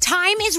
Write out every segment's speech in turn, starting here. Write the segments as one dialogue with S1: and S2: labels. S1: Time is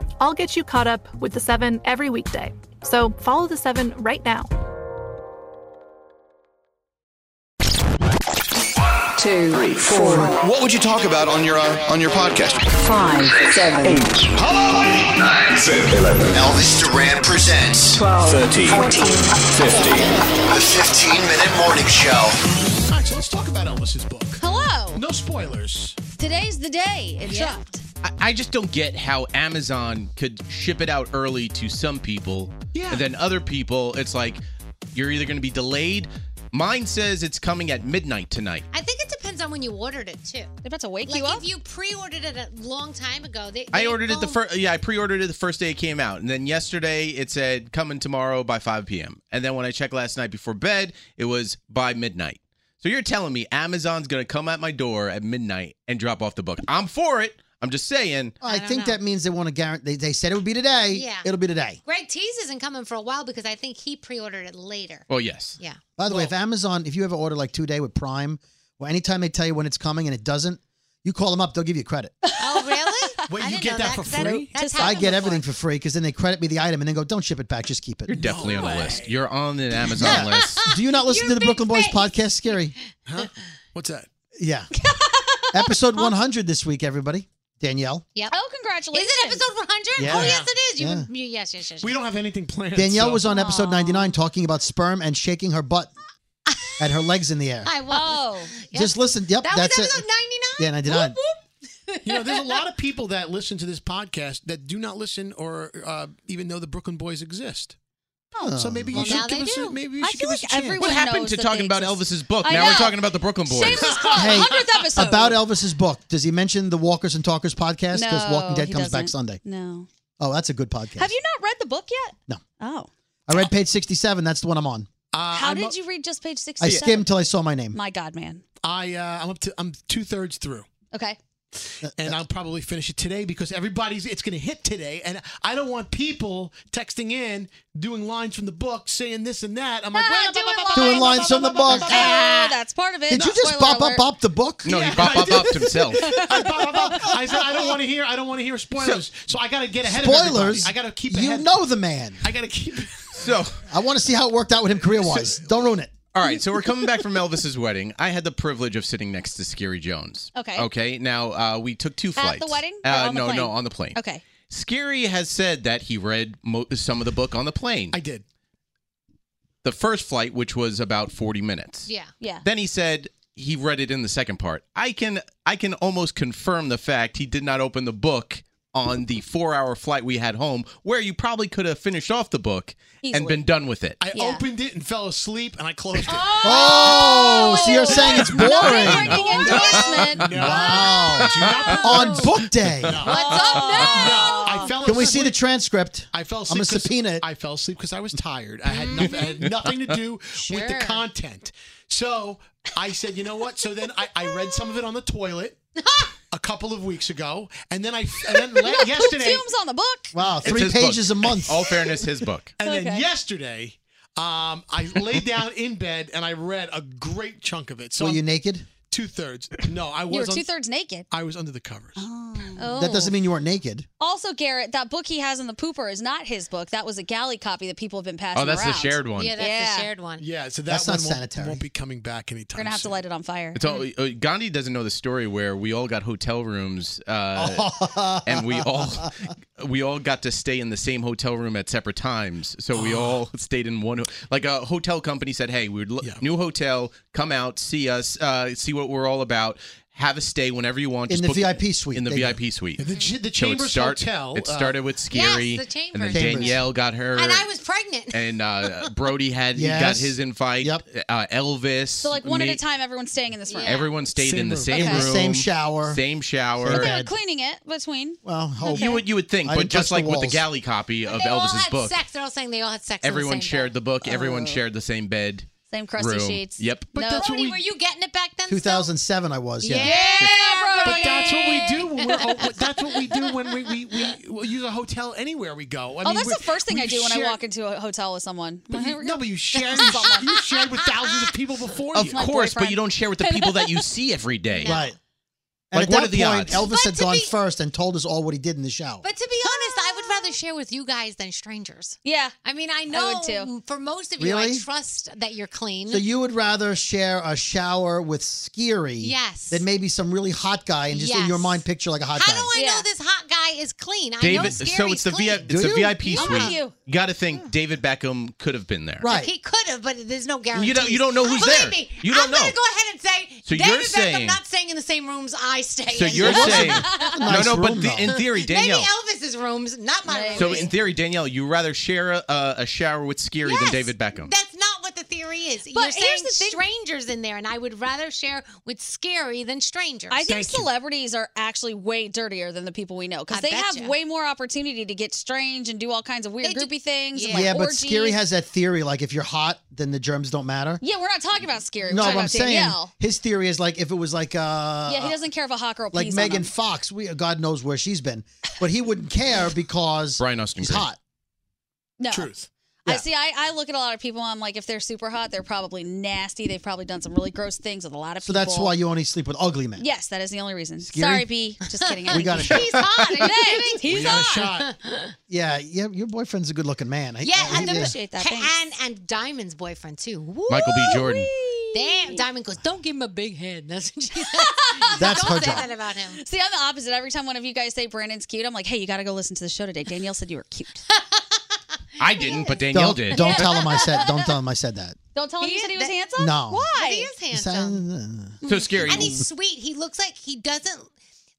S2: I'll get you caught up with the seven every weekday. So follow the seven right now.
S3: two, three, four,
S4: What would you talk about on your uh, on your podcast?
S3: five, seven, eight,
S4: Elvis Duran presents
S3: twelve,
S4: 14, 15, the 15 minute morning show.
S5: All right, so let's talk about Elvis's book.
S6: Hello.
S5: No spoilers.
S6: Today's the day it dropped.
S7: I, I just don't get how Amazon could ship it out early to some people.
S5: Yeah.
S7: And then other people, it's like, you're either going to be delayed. Mine says it's coming at midnight tonight.
S6: I think it depends on when you ordered it too.
S8: They're about to wake
S6: Like
S8: you up.
S6: if you pre-ordered it a long time ago, they,
S7: I
S6: they
S7: ordered it the
S6: won't-
S7: first, yeah, I pre ordered it the first day it came out. And then yesterday it said coming tomorrow by 5 p.m. And then when I checked last night before bed, it was by midnight. So you're telling me Amazon's going to come at my door at midnight and drop off the book. I'm for it. I'm just saying.
S9: I,
S6: don't
S9: think
S6: know.
S9: that means they want to guarantee. They, they said it would be today.
S6: Yeah.
S9: It'll be today.
S6: Greg Tease isn't coming for a while because I think he pre-ordered it later.
S7: Well, yes.
S6: Yeah.
S9: By the way, if Amazon, if you ever order like two day with Prime, or anytime they tell you when it's coming and it doesn't, you call them up, they'll give you credit.
S6: Oh really?
S5: Wait,
S6: I
S5: you
S6: didn't
S5: get
S6: know
S5: that for
S6: 'cause
S5: free?
S6: that's
S9: I
S6: happened
S9: get
S6: before.
S9: everything for free because then they credit me the item and then go, don't ship it back, just keep
S7: You're
S9: it.
S7: definitely on the
S5: way.
S7: list. You're on the Amazon list.
S9: Do you not listen
S6: You're
S9: to the
S6: big
S9: Brooklyn Boys
S6: face.
S9: podcast, Scary?
S5: Huh? What's that?
S9: Yeah. Episode 100 this week, everybody. Danielle.
S6: Yep.
S8: oh,
S6: Is
S8: congratulations!
S6: it episode 100?
S9: Yeah.
S6: Oh yes, it is. You,
S9: Yeah.
S6: you yes, yes, yes.
S5: We don't have anything planned.
S9: Danielle
S5: so-
S9: was on episode 99 talking about sperm and shaking her butt at her legs in the air.
S6: I was.
S8: Oh,
S6: Yep.
S9: Just listen. Yep,
S6: that
S9: that's
S6: was episode
S9: it.
S6: 99.
S9: Yeah, 99.
S5: You know, there's a lot of people that listen to this podcast that do not listen or uh, even know the Brooklyn Boys exist.
S9: Oh.
S5: So maybe you
S6: Well, now
S5: should give
S6: they
S5: us.
S6: do.
S5: A, maybe you
S8: I
S5: should
S8: feel
S5: give us a
S8: like
S5: chance.
S8: everyone-
S7: What happened
S8: knows
S7: to
S8: that
S7: talking
S8: they
S7: about
S8: exist.
S7: Elvis's book?
S8: I
S7: Now we're
S8: know.
S7: talking about the Brooklyn Boys.
S8: Shameless plug.
S9: Hey,
S8: Hundredth episode
S9: About Elvis's book. Does he mention the Walkers and Talkers podcast?
S8: No,
S9: Because Walking Dead
S8: he
S9: comes back
S8: doesn't.
S9: Sunday.
S8: No.
S9: Oh, that's a good podcast.
S8: Have you not read the book yet?
S9: No.
S8: Oh.
S9: I read page 67. That's the one I'm on.
S5: Uh,
S8: How did you read just page
S9: I
S8: 67?
S9: skimmed till I saw my name.
S8: My God, man.
S5: I uh, I'm up to I'm two thirds through.
S8: Okay.
S9: Uh,
S5: And I'll probably finish it today because everybody's it's going to hit today, and I don't want people texting in doing lines from the book saying this and that. I'm like, wait, blah, blah, blah,
S9: Doing
S5: blah,
S9: lines
S5: blah,
S9: from the
S5: blah,
S9: book.
S5: blah, blah, blah, blah.
S8: Ah, That's part of it. Ah,
S9: Did you just
S8: Spoiler
S9: bop up
S8: alert.
S9: bop the book?
S7: No, he bop bop bopped himself.
S5: I, bop, bop, bop. I said I don't want to hear I don't want to hear spoilers, so, I got to get ahead of everybody.
S9: Spoilers.
S5: I got to keep
S9: You
S5: ahead.
S9: know the man.
S5: I got to keep.
S7: So
S9: I want to see how it worked out with him career wise. Don't ruin it.
S7: All right, so we're coming back from Elvis's wedding. I had the privilege of sitting next to Scary Jones.
S8: Okay.
S7: Okay. Now uh, we took two
S8: At
S7: flights
S8: the wedding? or
S7: Uh,
S8: on the
S7: no,
S8: plane?
S7: no, on the plane.
S8: Okay.
S7: Scary has said that he read mo- some of the book on the plane. I
S5: did.
S7: The first flight, which was about forty minutes.
S6: Yeah.
S8: Yeah.
S7: Then he said he read it in the second part. I can I can almost confirm the fact he did not open the book on the four hour flight we had home, where you probably could have finished off the book and
S5: Easily.
S7: been done with it.
S5: I opened it and fell asleep, and I closed it.
S9: Oh, so you're saying it's boring. Wow. On
S5: Oh.
S9: book day.
S5: I fell
S9: Can we
S5: asleep.
S9: see the transcript?
S5: I fell asleep.
S9: I'm a
S5: 'cause-
S9: subpoena. it.
S5: I fell asleep because I was tired. I had, nothing, I had nothing to do with the
S9: Sure.
S5: content. So I said, you know what? So then I, I read some of it on the toilet a couple of weeks ago, and then I and then la-
S8: Not
S5: yesterday.
S8: Fumes on the book.
S9: Wow,
S7: It's
S9: three
S7: his book.
S9: pages a month.
S7: All fairness, his book.
S5: And then
S8: Okay.
S5: yesterday, um, I laid down in bed and I read a great chunk of it. So
S9: Were you
S5: I'm
S9: naked?
S5: two thirds. No, I was.
S8: You were
S5: on-
S8: two thirds naked.
S5: I was under the covers.
S8: Oh.
S9: That doesn't mean you weren't naked.
S8: Also, Garrett, that book he has in the pooper is not his book. That was a galley copy that people have been passing.
S7: Oh, that's the
S8: around.
S7: shared one. Yeah,
S6: that's the
S8: shared
S6: one.
S5: Yeah, so that
S7: That's
S5: one
S7: not
S5: won't,
S7: sanitary.
S5: won't be coming back anytime.
S9: Oh,
S8: We're gonna have to light it on fire.
S7: It's all, uh, Gandhi doesn't know the story where we all got hotel rooms, uh, and we all we all got to stay in the same hotel room at separate times. So
S5: Ah.
S7: we all stayed in one. Like a hotel company said, "Hey, we're lo- new hotel. Come out, see us, uh, see what we're all about. Have a stay whenever you want.
S9: In
S7: Just
S9: the
S7: book-
S9: VIP suite,
S7: In the
S9: they do.
S7: VIP suite.
S5: The, Ch- the
S7: So it
S5: Chambers
S7: start-
S5: Hotel,
S7: It
S5: uh,
S7: started with Scary,
S6: Yes, the
S7: and then
S6: Chambers. Chambers.
S7: Danielle got her,
S6: And I was pregnant.
S7: and, uh, Brody had got
S9: Yes.
S7: his invite. Uh, Elvis.
S8: So, like one
S7: me-
S8: at a time, everyone's staying in this room.
S5: uh,
S7: Everyone stayed in the same
S9: Okay.
S7: room,
S9: Same shower.
S7: same shower.
S8: But they were cleaning it between.
S9: Well,
S7: You would you would think,
S9: I
S7: but
S9: didn't touch
S7: just
S9: the
S7: like with the
S9: walls.
S7: galley copy of
S6: They all
S7: Elvis's
S6: had
S7: book,
S6: sex. They're all saying they all had sex.
S7: everyone
S6: on the same
S7: shared the book. Everyone
S6: Oh.
S7: shared the same bed,
S8: Same crusty
S7: room.
S8: sheets.
S7: Yep.
S6: But
S8: that's
S6: Brody, were you getting it back then?
S9: 2007, I was. Yeah.
S5: But that's what we do. When we're, ho- that's what we do when we we, we we use a hotel anywhere we go. I
S8: oh,
S5: mean,
S8: that's
S5: we-
S8: the first thing
S5: we
S8: I do when
S5: share-
S8: I walk into a hotel with someone.
S5: But you, no, but you shared.
S8: Someone.
S5: you shared with thousands of people before
S7: Of
S5: you.
S7: course, but you don't share with the people that you see every day.
S9: Right. And
S7: Like,
S9: at
S7: what
S9: that
S7: are the odds?
S9: point, Elvis had gone first and told us all what he did in the shower.
S6: But to be honest, I would rather share with you guys than strangers.
S8: Yeah.
S6: I mean, I know
S8: would too.
S6: for most of you, I
S9: Really?
S6: trust that you're clean.
S9: So you would rather share a shower with Skiri
S6: Yes.
S9: than maybe some really hot guy and just in your
S6: Yes.
S9: mind picture like a hot guy.
S6: How do I know this hot guy is clean? I know
S7: David,
S6: Scary's
S7: so it's the
S6: clean.
S7: VIP, it's the VIP suite.
S6: Yeah.
S7: got to think David Beckham could have been there.
S6: Like, he could have, but there's no guarantee.
S7: You don't- you don't know who's
S6: Believe
S7: there.
S6: Me,
S7: You don't
S6: I'm gonna
S7: know.
S6: go ahead and say
S7: So
S6: David
S7: you're
S6: Beckham
S7: saying-
S6: not staying in the same rooms I stay
S7: So
S6: in.
S7: you're saying no, no, but the- in theory, Danielle.
S6: Maybe Elvis's rooms, not my rooms.
S7: So in theory, Danielle, you rather share a, a, a shower with Skiri than
S6: Yes.
S7: David Beckham.
S6: That's not what the theory is.
S8: But
S6: You're saying
S8: here's the thing-
S6: strangers in there, and I would rather share with scary than strangers.
S8: I think celebrities are actually way dirtier than the people we know
S6: I
S8: because they have
S6: betcha.
S8: way more opportunity to get strange and do all kinds of weird groupy things. And, like,
S9: yeah, but
S8: orgies.
S9: Skiri has that theory like if you're hot, then the germs don't matter.
S8: Yeah, we're not talking about scary. We're
S9: no,
S8: talking
S9: but I'm
S8: about
S9: saying
S8: Danielle.
S9: his theory is like if it was like uh
S8: yeah, he doesn't care if a hot girl
S9: like
S8: pees on
S9: Megan
S8: him.
S9: Fox, we God knows where she's been, but he wouldn't care because
S7: Brian Austin
S9: he's
S7: Green.
S9: hot.
S8: No. I
S9: Yeah.
S8: see. I, I look at a lot of people. I'm like, if they're super hot, they're probably nasty. They've probably done some really gross things with a lot of
S9: So
S8: people.
S9: that's why you only sleep with ugly men.
S8: Yes, that is the only reason.
S9: Scary?
S8: Sorry, B. Just kidding. I
S9: We
S8: think
S9: got
S8: he's-
S9: a shot. He's hot, are you
S8: Thanks.
S9: kidding?
S8: He's
S9: We got a
S8: hot.
S9: Yeah, yeah, your boyfriend's a good looking man. I-
S6: Yeah,
S9: I-
S6: and the,
S8: that.
S6: And and Diamond's boyfriend too. Woo!
S9: Michael B. Jordan.
S6: Damn, Diamond goes. Don't give him a big head. That's what she said.
S9: That's
S6: Don't
S9: her
S6: say
S9: job.
S6: that about him.
S8: See, I'm the opposite. Every time one of you guys say Brandon's cute, I'm like, hey, you got to go listen to the show today. Danielle said you were cute.
S7: I didn't, but Danielle
S9: don't,
S7: did.
S9: don't tell him I said. Don't tell him I said that.
S8: Don't tell him you said he was handsome.
S9: No.
S8: Why?
S6: He is handsome.
S7: So Scary.
S6: And he's sweet. He looks like he doesn't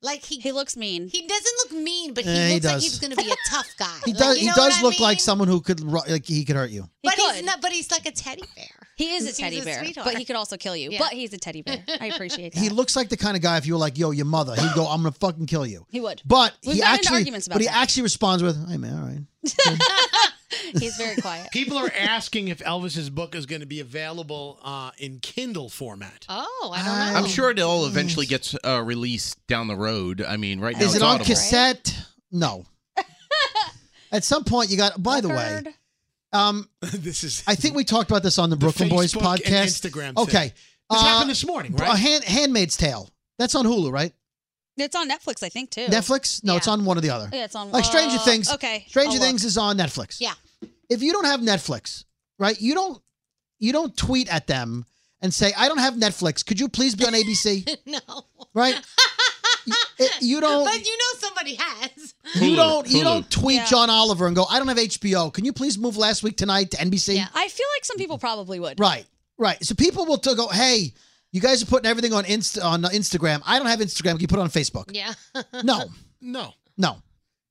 S6: like he. He
S8: looks mean.
S6: He doesn't look mean, but he
S9: Eh, he
S6: looks like
S9: does.
S6: he's going to be a tough guy.
S9: He
S6: Like,
S9: does.
S6: you
S9: he
S6: know what
S9: does
S6: I
S9: look
S6: mean?
S9: like someone who could ru- like he could hurt you.
S6: But he's not. But he's like a teddy bear.
S8: He is a teddy
S6: He's a
S8: bear,
S6: sweetheart.
S8: but he could also kill you.
S6: Yeah.
S8: But he's a teddy bear. I appreciate that.
S9: He looks like the kind of guy if you were like, "Yo, your mother," he'd go, "I'm gonna fucking kill you."
S8: He would.
S9: But
S8: We've
S9: he
S8: gotten into
S9: actually,
S8: arguments about
S9: but he
S8: that.
S9: actually responds with, "Hey man, all right."
S8: He's very quiet.
S5: People are asking if Elvis's book is going to be available uh, in Kindle format.
S6: Oh, I
S8: don't
S7: I'm sure it'll eventually get uh, released down the road. I mean, right now
S9: Is
S7: it's
S9: it on
S7: Audible.
S9: cassette? No. At some point, you got. By the way,
S5: Record.
S9: um,
S5: this is.
S9: I think we talked about this on the Brooklyn Boys
S5: Facebook and
S9: podcast.
S5: Instagram thing.
S9: Okay. uh,
S5: This happened this morning,
S9: b-
S5: right?
S9: Hand, Handmaid's Tale. That's on Hulu, right?
S8: It's on Netflix, I think, too.
S9: Netflix? No, it's on one or the other.
S8: Yeah, it's on-
S9: Like Stranger
S8: uh,
S9: Things.
S8: okay,
S9: Stranger
S8: I'll look.
S9: Things is on Netflix.
S8: Yeah.
S9: If you don't have Netflix, right? You don't. You don't tweet at them and say, "I don't have Netflix. Could you please be on ABC?"
S6: no.
S9: Right? Y- it- you don't.
S6: But you know somebody has.
S9: You don't you don't tweet
S8: Yeah.
S9: John Oliver and go, I don't have HBO. Can you please move last week tonight to NBC?
S8: I feel like some people probably would.
S9: Right, right. So people will t- go, hey, you guys are putting everything on Insta- on Instagram. I don't have Instagram. Can you put it on Facebook?
S6: Yeah.
S9: No,
S5: No.
S9: no.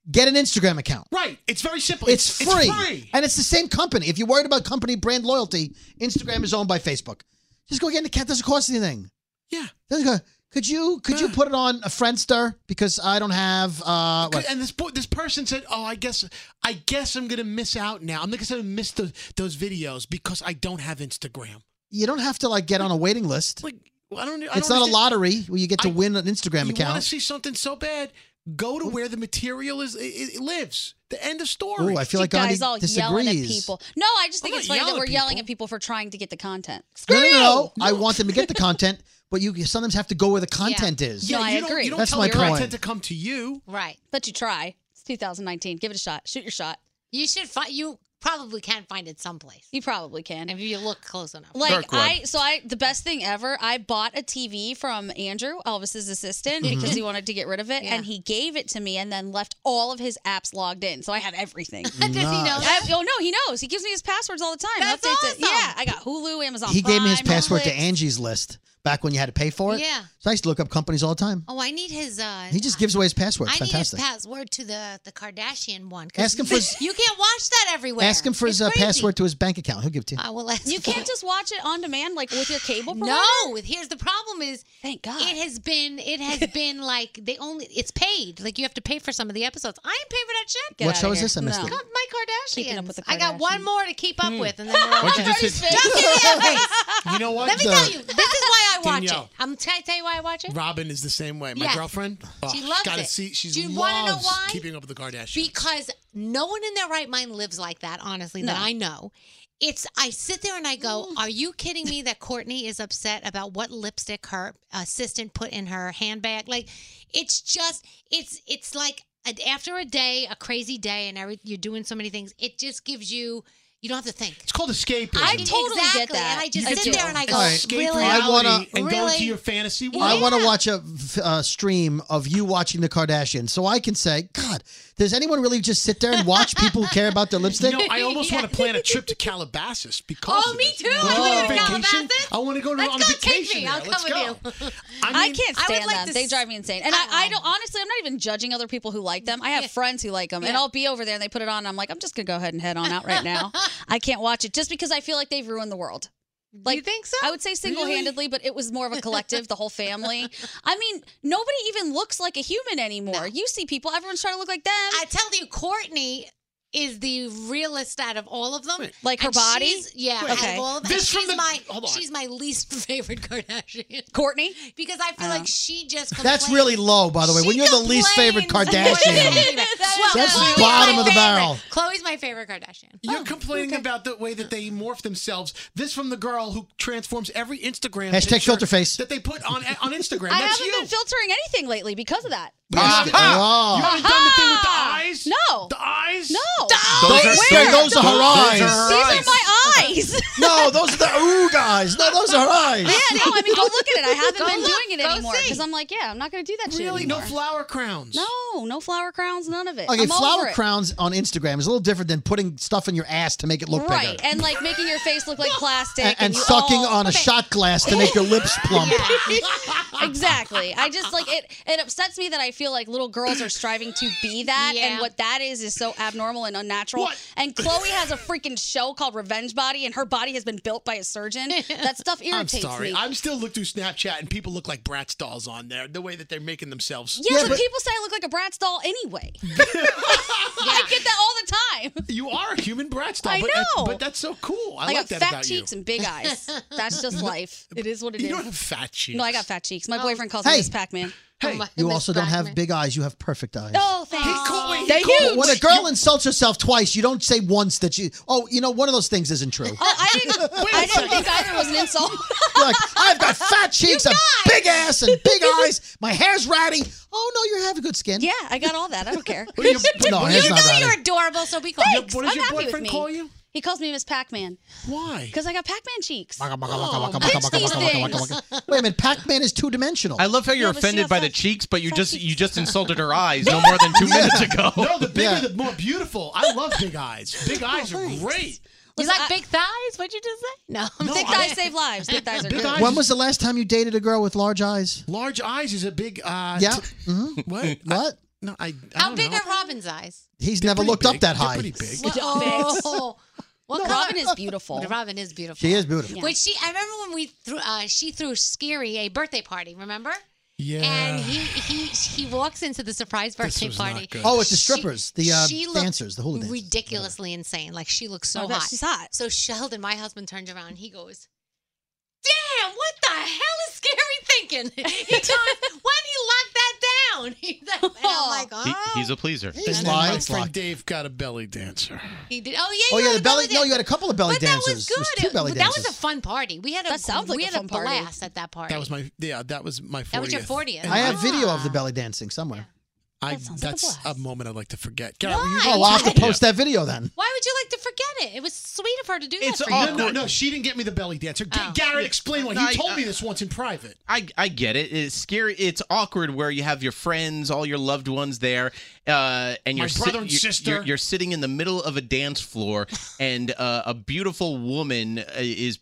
S9: Get an Instagram account.
S5: Right. It's very simple.
S9: It's, free.
S5: free.
S9: And it's the same company. If you're worried about company brand loyalty, Instagram is owned by Facebook. Just go get an account. Doesn't cost anything.
S5: Yeah.
S9: Doesn't go, could you could you put it on a Friendster? Because I don't have uh what-
S5: And this boy, this person said, "Oh, I guess, I guess I'm gonna miss out now. I'm not gonna miss the, those videos because I don't have Instagram.
S9: you don't have to like get on a waiting list.
S5: Well, I don't. I don't
S9: it's not a
S5: understand.
S9: lottery where you get to win an Instagram
S5: You want
S9: account.
S5: to see something so bad? Go to where the material is. It, it lives. The end of story.
S9: Ooh, I feel
S8: You
S9: like
S8: guys
S9: Gandhi
S8: all yelling at
S9: disagrees.
S8: people. No, I just think
S5: I'm
S8: it's
S5: not
S8: funny that
S5: yelling
S8: we're
S5: at
S8: yelling at people for trying to get the content.
S9: No, no, no, no. I want them to get the content, but you sometimes have to go where the content is.
S8: No, I
S5: you don't,
S8: agree.
S5: you don't
S9: That's
S5: tell
S9: my
S5: your
S9: point.
S5: content to come to you.
S6: Right.
S8: But you try. It's 2019. Give it a shot. Shoot your shot.
S6: You should find. You probably can find it someplace
S8: You probably can.
S6: if you look close enough.
S8: Like
S6: web.
S8: I, so I, the best thing ever. I bought a TV from Andrew, Elvis's assistant,
S9: Mm-hmm.
S8: because he wanted to get rid of it, and he gave it to me, and then left all of his apps logged in. So I have everything. Does
S9: he know Nice.
S8: I, oh no, he knows. He gives me his passwords all the time. That's awesome. Yeah, I got Hulu, Amazon.
S9: He gave me his
S8: Prime,
S9: password to
S8: Netflix.
S9: Angie's list back when you had to pay for it.
S6: Yeah.
S9: So I used to look up companies all the time.
S6: Oh, I need his. uh
S9: He just gives away his password. It's
S6: I need his
S9: fantastic.
S6: password to the the Kardashian one. 'cause
S9: Ask him for his-
S6: you can't watch that everywhere.
S9: Ask him for his
S6: It's
S9: uh,
S6: crazy.
S9: password to his bank account. He'll give it to you.
S6: I will ask.
S8: You can't just watch it on demand, like with your cable provider.
S6: No, here's the problem: is
S8: thank God
S6: it has been it has been like they only it's paid. Like you have to pay for some of the episodes. I ain't paying for that shit.
S9: What show is this? I missed
S6: No.
S9: it.
S6: Got my Kardashians.
S8: Keeping up with the
S6: I got one more to keep up
S8: Hmm.
S6: with, and then we're all
S7: Why don't you
S6: done.
S7: just hit-
S6: Don't give me that face.
S5: You know what?
S6: Let me tell you, this is why I watch
S5: Danielle.
S6: it. I'm can I tell you why I watch it?
S5: Robin is the same way. My
S6: Yes.
S5: girlfriend, oh,
S6: She
S5: she's
S6: loves
S5: gotta
S6: it.
S5: See, she's
S6: Do you wanna
S5: loves
S6: know why?
S5: keeping up with the Kardashians.
S6: Because no one in their right mind lives like that, honestly, that
S5: No. Mm.
S6: I know. It's I sit there and I go, "Are you kidding me that Courtney is upset about what lipstick her assistant put in her handbag?" Like it's just it's it's like a, after a day, a crazy day and every, you're doing so many things, it just gives you you don't have to think.
S5: it's called escapism.
S6: I totally get Exactly, that. and I just sit
S5: You get to
S6: there and I go,
S5: escape
S6: "Really?
S5: reality
S9: I wanna-
S5: and go into
S6: Really?
S5: your fantasy world.
S9: I want to watch a f- uh, stream of you watching the Kardashians, so I can say, God, does anyone really just sit there and watch people who care about their lipstick?
S5: You know, I almost want to plan a trip to Calabasas because.
S6: Oh,
S5: of
S6: me
S5: this.
S6: too.
S5: Can
S6: Can we
S5: go on
S6: go to
S5: vacation?
S6: Calabasas?
S5: I want to go to
S6: Let's
S5: on
S6: go, take
S5: vacation.
S6: me.
S5: there.
S6: I'll
S5: Let's
S6: come
S5: go.
S6: with you.
S5: I,
S8: I
S5: mean,
S8: can't
S6: I would
S8: stand
S6: like
S8: them.
S6: to
S8: They
S6: s-
S8: drive me insane. And I, I don't honestly, I'm not even judging other people who like them. I have friends who like them, and I'll be over there and they put it on. And I'm like, I'm just gonna go ahead and head on out right now. I can't watch it just because I feel like they've ruined the world. Like, you think so? I would say single-handedly, but it was more of a collective, the whole family. I mean, nobody even looks like a human anymore. You see people, everyone's trying to look like them.
S6: I tell you, Courtney is the realest out of all of them.
S8: Like her
S6: And
S8: body?
S6: she's- yeah.
S8: Wait.
S6: out of
S8: Okay.
S6: all of- and
S8: This from
S6: she's
S8: the-
S6: my
S8: hold on.
S6: she's my least favorite Kardashian.
S8: Courtney, Oh.
S6: because I feel like she just
S9: That's really low, by the way. When you're the least favorite Kardashian, that's bottom of the barrel.
S6: Chloe's my favorite Kardashian.
S5: You're complaining about the way that they morph themselves. This from the girl who transforms every Instagram
S9: Hashtag
S5: picture
S9: filter face.
S5: that they put on on Instagram.
S8: I
S5: That's
S8: haven't
S5: you.
S8: been filtering anything lately because of that.
S5: Ah-ha! You haven't done the thing with the
S8: Ah-ha!
S5: eyes.
S8: No.
S5: The eyes.
S8: No.
S9: Those
S8: Where?
S9: are- Where? those are her eyes.
S8: These are my eyes.
S9: No, those are the ooh guys. No, those are her eyes.
S8: Yeah, no, I mean, go look at it. I haven't
S6: Go
S8: been
S6: look,
S8: doing it
S6: go
S8: anymore
S6: see.
S8: because I'm like, yeah, I'm not going to do that shit
S5: Really? No
S8: anymore.
S5: flower crowns.
S8: No, no flower crowns, none of it.
S9: Okay,
S8: I'm over
S9: flower
S8: it.
S9: crowns on Instagram is a little different than putting stuff in your ass to make it look
S8: right,
S9: bigger.
S8: and like making your face look like plastic,
S9: A- and,
S8: you
S9: sucking
S8: all-
S9: on a shot glass to make your lips plump.
S8: exactly. I just like it. It upsets me that I feel like little girls are striving to be that, and what that is is so abnormal and unnatural. And Chloe has a freaking show called Revenge Body, and her body has been built by a surgeon. That stuff
S5: I'm
S8: irritates
S5: sorry.
S8: me.
S5: I'm still look through Snapchat and people look like Bratz dolls on there. The way that they're making themselves.
S8: Yeah, but, people say I look like a Bratz doll anyway. I get that all all the time.
S5: You are a human Bratz doll.
S8: I
S5: but,
S8: know.
S5: But that's so cool. I,
S8: I
S5: like
S8: got
S5: that
S8: fat
S5: about
S8: cheeks
S5: you.
S8: and big eyes. That's just life. It is what it is.
S5: You don't have fat cheeks.
S8: No, I got fat cheeks. My boyfriend calls
S9: Hey.
S8: me Miss Pac-Man. Hey.
S9: You also don't have big eyes. You have perfect eyes.
S8: Oh, thanks. They're huge.
S9: When a girl insults herself twice, you don't say once that she. Oh, you know, one of those things isn't true.
S8: Oh, I didn't. I didn't think either was an insult.
S9: You're like, I've got fat cheeks, a big ass, and big eyes. My hair's ratty. Oh no, you have good skin.
S8: Yeah, I got all that. I don't care.
S9: no, hair's not ratty.
S8: adorable, so be
S9: Thanks.
S8: What
S9: What does
S8: does
S9: your boyfriend call
S8: you? He calls me Miss Pac-Man.
S5: Why?
S8: Because I got Pac-Man cheeks.
S9: Waka, waka, waka,
S8: Oh,
S9: waka,
S8: fix
S9: waka,
S8: these
S9: waka, waka,
S8: things.
S9: waka, waka. Wait a minute, Pac-Man is two dimensional.
S7: I love how you're
S9: Yeah, but she
S7: offended
S9: got
S7: by the cheeks, but you just you just insulted her eyes no more than two minutes ago.
S5: No, the bigger, the more beautiful. I love big eyes. Big eyes are great.
S8: You like big thighs? What'd you just say? No, thick
S5: I-
S8: thighs save lives. Thick thighs are good.
S9: When was the last time you dated a girl with large eyes?
S5: Large eyes is a big. Uh,
S9: Yeah.
S5: t-
S9: Mhm.
S5: What?
S9: What?
S5: no, I. I
S6: How
S5: don't
S6: big
S5: know.
S6: are Robin's eyes?
S9: He's never looked up that
S5: They're
S9: high.
S5: pretty big.
S6: Oh. What
S8: No,
S6: color?
S8: Robin is beautiful.
S6: Robin is beautiful.
S9: She is beautiful.
S6: When she, I remember when we threw, uh, she threw Scary a birthday party. Remember?
S9: Yeah.
S6: And he he he walks into the surprise birthday
S9: was not
S6: party.
S9: good. Oh, it's the strippers, the, uh,
S6: she looked
S9: dancers, the hula dancers,
S6: Ridiculously insane. Like she looks so
S8: I bet
S6: hot.
S8: she's hot.
S6: So Sheldon, my husband, turns around and he goes. Damn, what the hell is Scary thinking? He goes, why did he lock that down? And I'm like,
S7: He,
S6: oh.
S7: he's a pleaser.
S9: His
S5: And then my
S9: lines
S5: friend
S9: locked.
S5: Dave got a belly dancer.
S6: He did. Oh yeah.
S9: Oh
S6: you
S9: yeah,
S6: had
S9: the
S6: a
S9: belly. No, you had a couple of belly
S6: But that
S9: dancers.
S6: was
S9: It
S6: good.
S9: two belly
S6: But that
S9: dancers.
S6: was a fun party. We had a
S8: That sounds like
S6: we
S8: a
S6: had a
S8: fun party.
S6: blast at that party.
S5: That was my yeah. That was my 40th.
S6: That was your 40th.
S5: And
S9: I have video of the belly dancing somewhere.
S5: I,
S6: sounds like a
S5: that's a, moment I'd like to forget. Garrett,
S6: Why?
S5: were you-
S6: Oh,
S9: Well, I'll have to post that video then.
S6: Why would you like to forget it? It was sweet of her to do
S7: It's
S6: that for
S5: No,
S6: you.
S5: no, no, she didn't get me the belly dancer. G-
S6: Oh.
S5: Garrett, explain why.
S7: No, I-
S5: You told me
S7: I-
S5: this once in private.
S7: I, I get it. It's scary. It's awkward where you have your friends, all your loved ones there, uh, and
S5: My
S7: you're, sit-
S5: brother and
S7: you're-
S5: sister.
S7: You're, you're sitting in the middle of a dance floor, and uh, a beautiful woman uh, is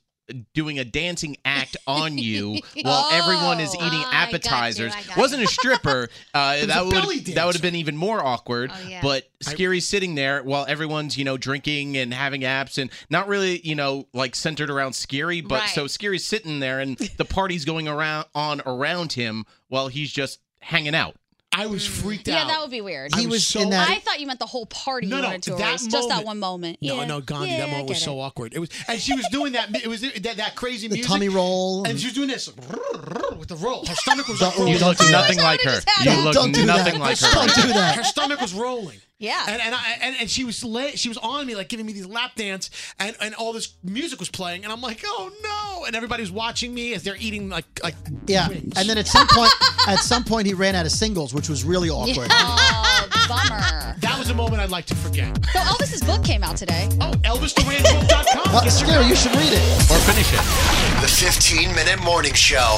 S7: doing a dancing act on you while everyone is
S8: Oh.
S7: eating
S8: Ah, I got you,
S7: appetizers.
S8: I got
S7: Wasn't a stripper. Uh,
S5: was
S7: that
S5: a
S7: would
S5: belly
S7: that would have been even more awkward.
S8: Oh, yeah.
S7: But
S5: I-
S7: Scary's sitting there while everyone's you know drinking and having apps and not really you know like centered around Scary, but
S6: Right.
S7: so Scary's sitting there and the party's going around on around him while he's just hanging out.
S5: I was
S6: Mm.
S5: freaked
S8: Yeah,
S5: out.
S8: that would be weird.
S5: I He was was so- in that-
S8: I thought you meant the whole party.
S5: No,
S8: you
S5: no,
S8: wanted to
S5: that
S8: erase. just that
S5: moment-
S8: one moment.
S5: No,
S8: yeah.
S5: no, Gandhi.
S8: Yeah,
S5: that
S8: I
S5: moment was
S8: get
S5: so
S8: it.
S5: awkward. It was, and she was doing that. It was that, that crazy
S9: The
S5: music.
S9: tummy roll.
S5: And she was doing this like, with the roll. Her stomach was.
S9: Don't-
S5: like, rolling.
S9: You look Don't do
S7: nothing that. like her. You look
S9: Don't do
S7: nothing
S9: that.
S7: like her.
S9: Don't do that.
S5: Her stomach was rolling.
S8: Yeah.
S5: And and, I, and and she was la- she was on me like giving me these lap dance and and all this music was playing and I'm like oh no and everybody's watching me as they're eating like like
S9: Yeah,
S5: wings.
S9: and then at some point, at some point, he ran out of singles, which was really awkward.
S8: Oh, bummer.
S5: that was a moment I'd like to forget.
S8: So Elvis's book came out today.
S5: Oh, ElvisDuranBook.com.
S9: Uh, Scary, you should read it.
S7: Or finish it.
S4: The 15 Minute Morning Show.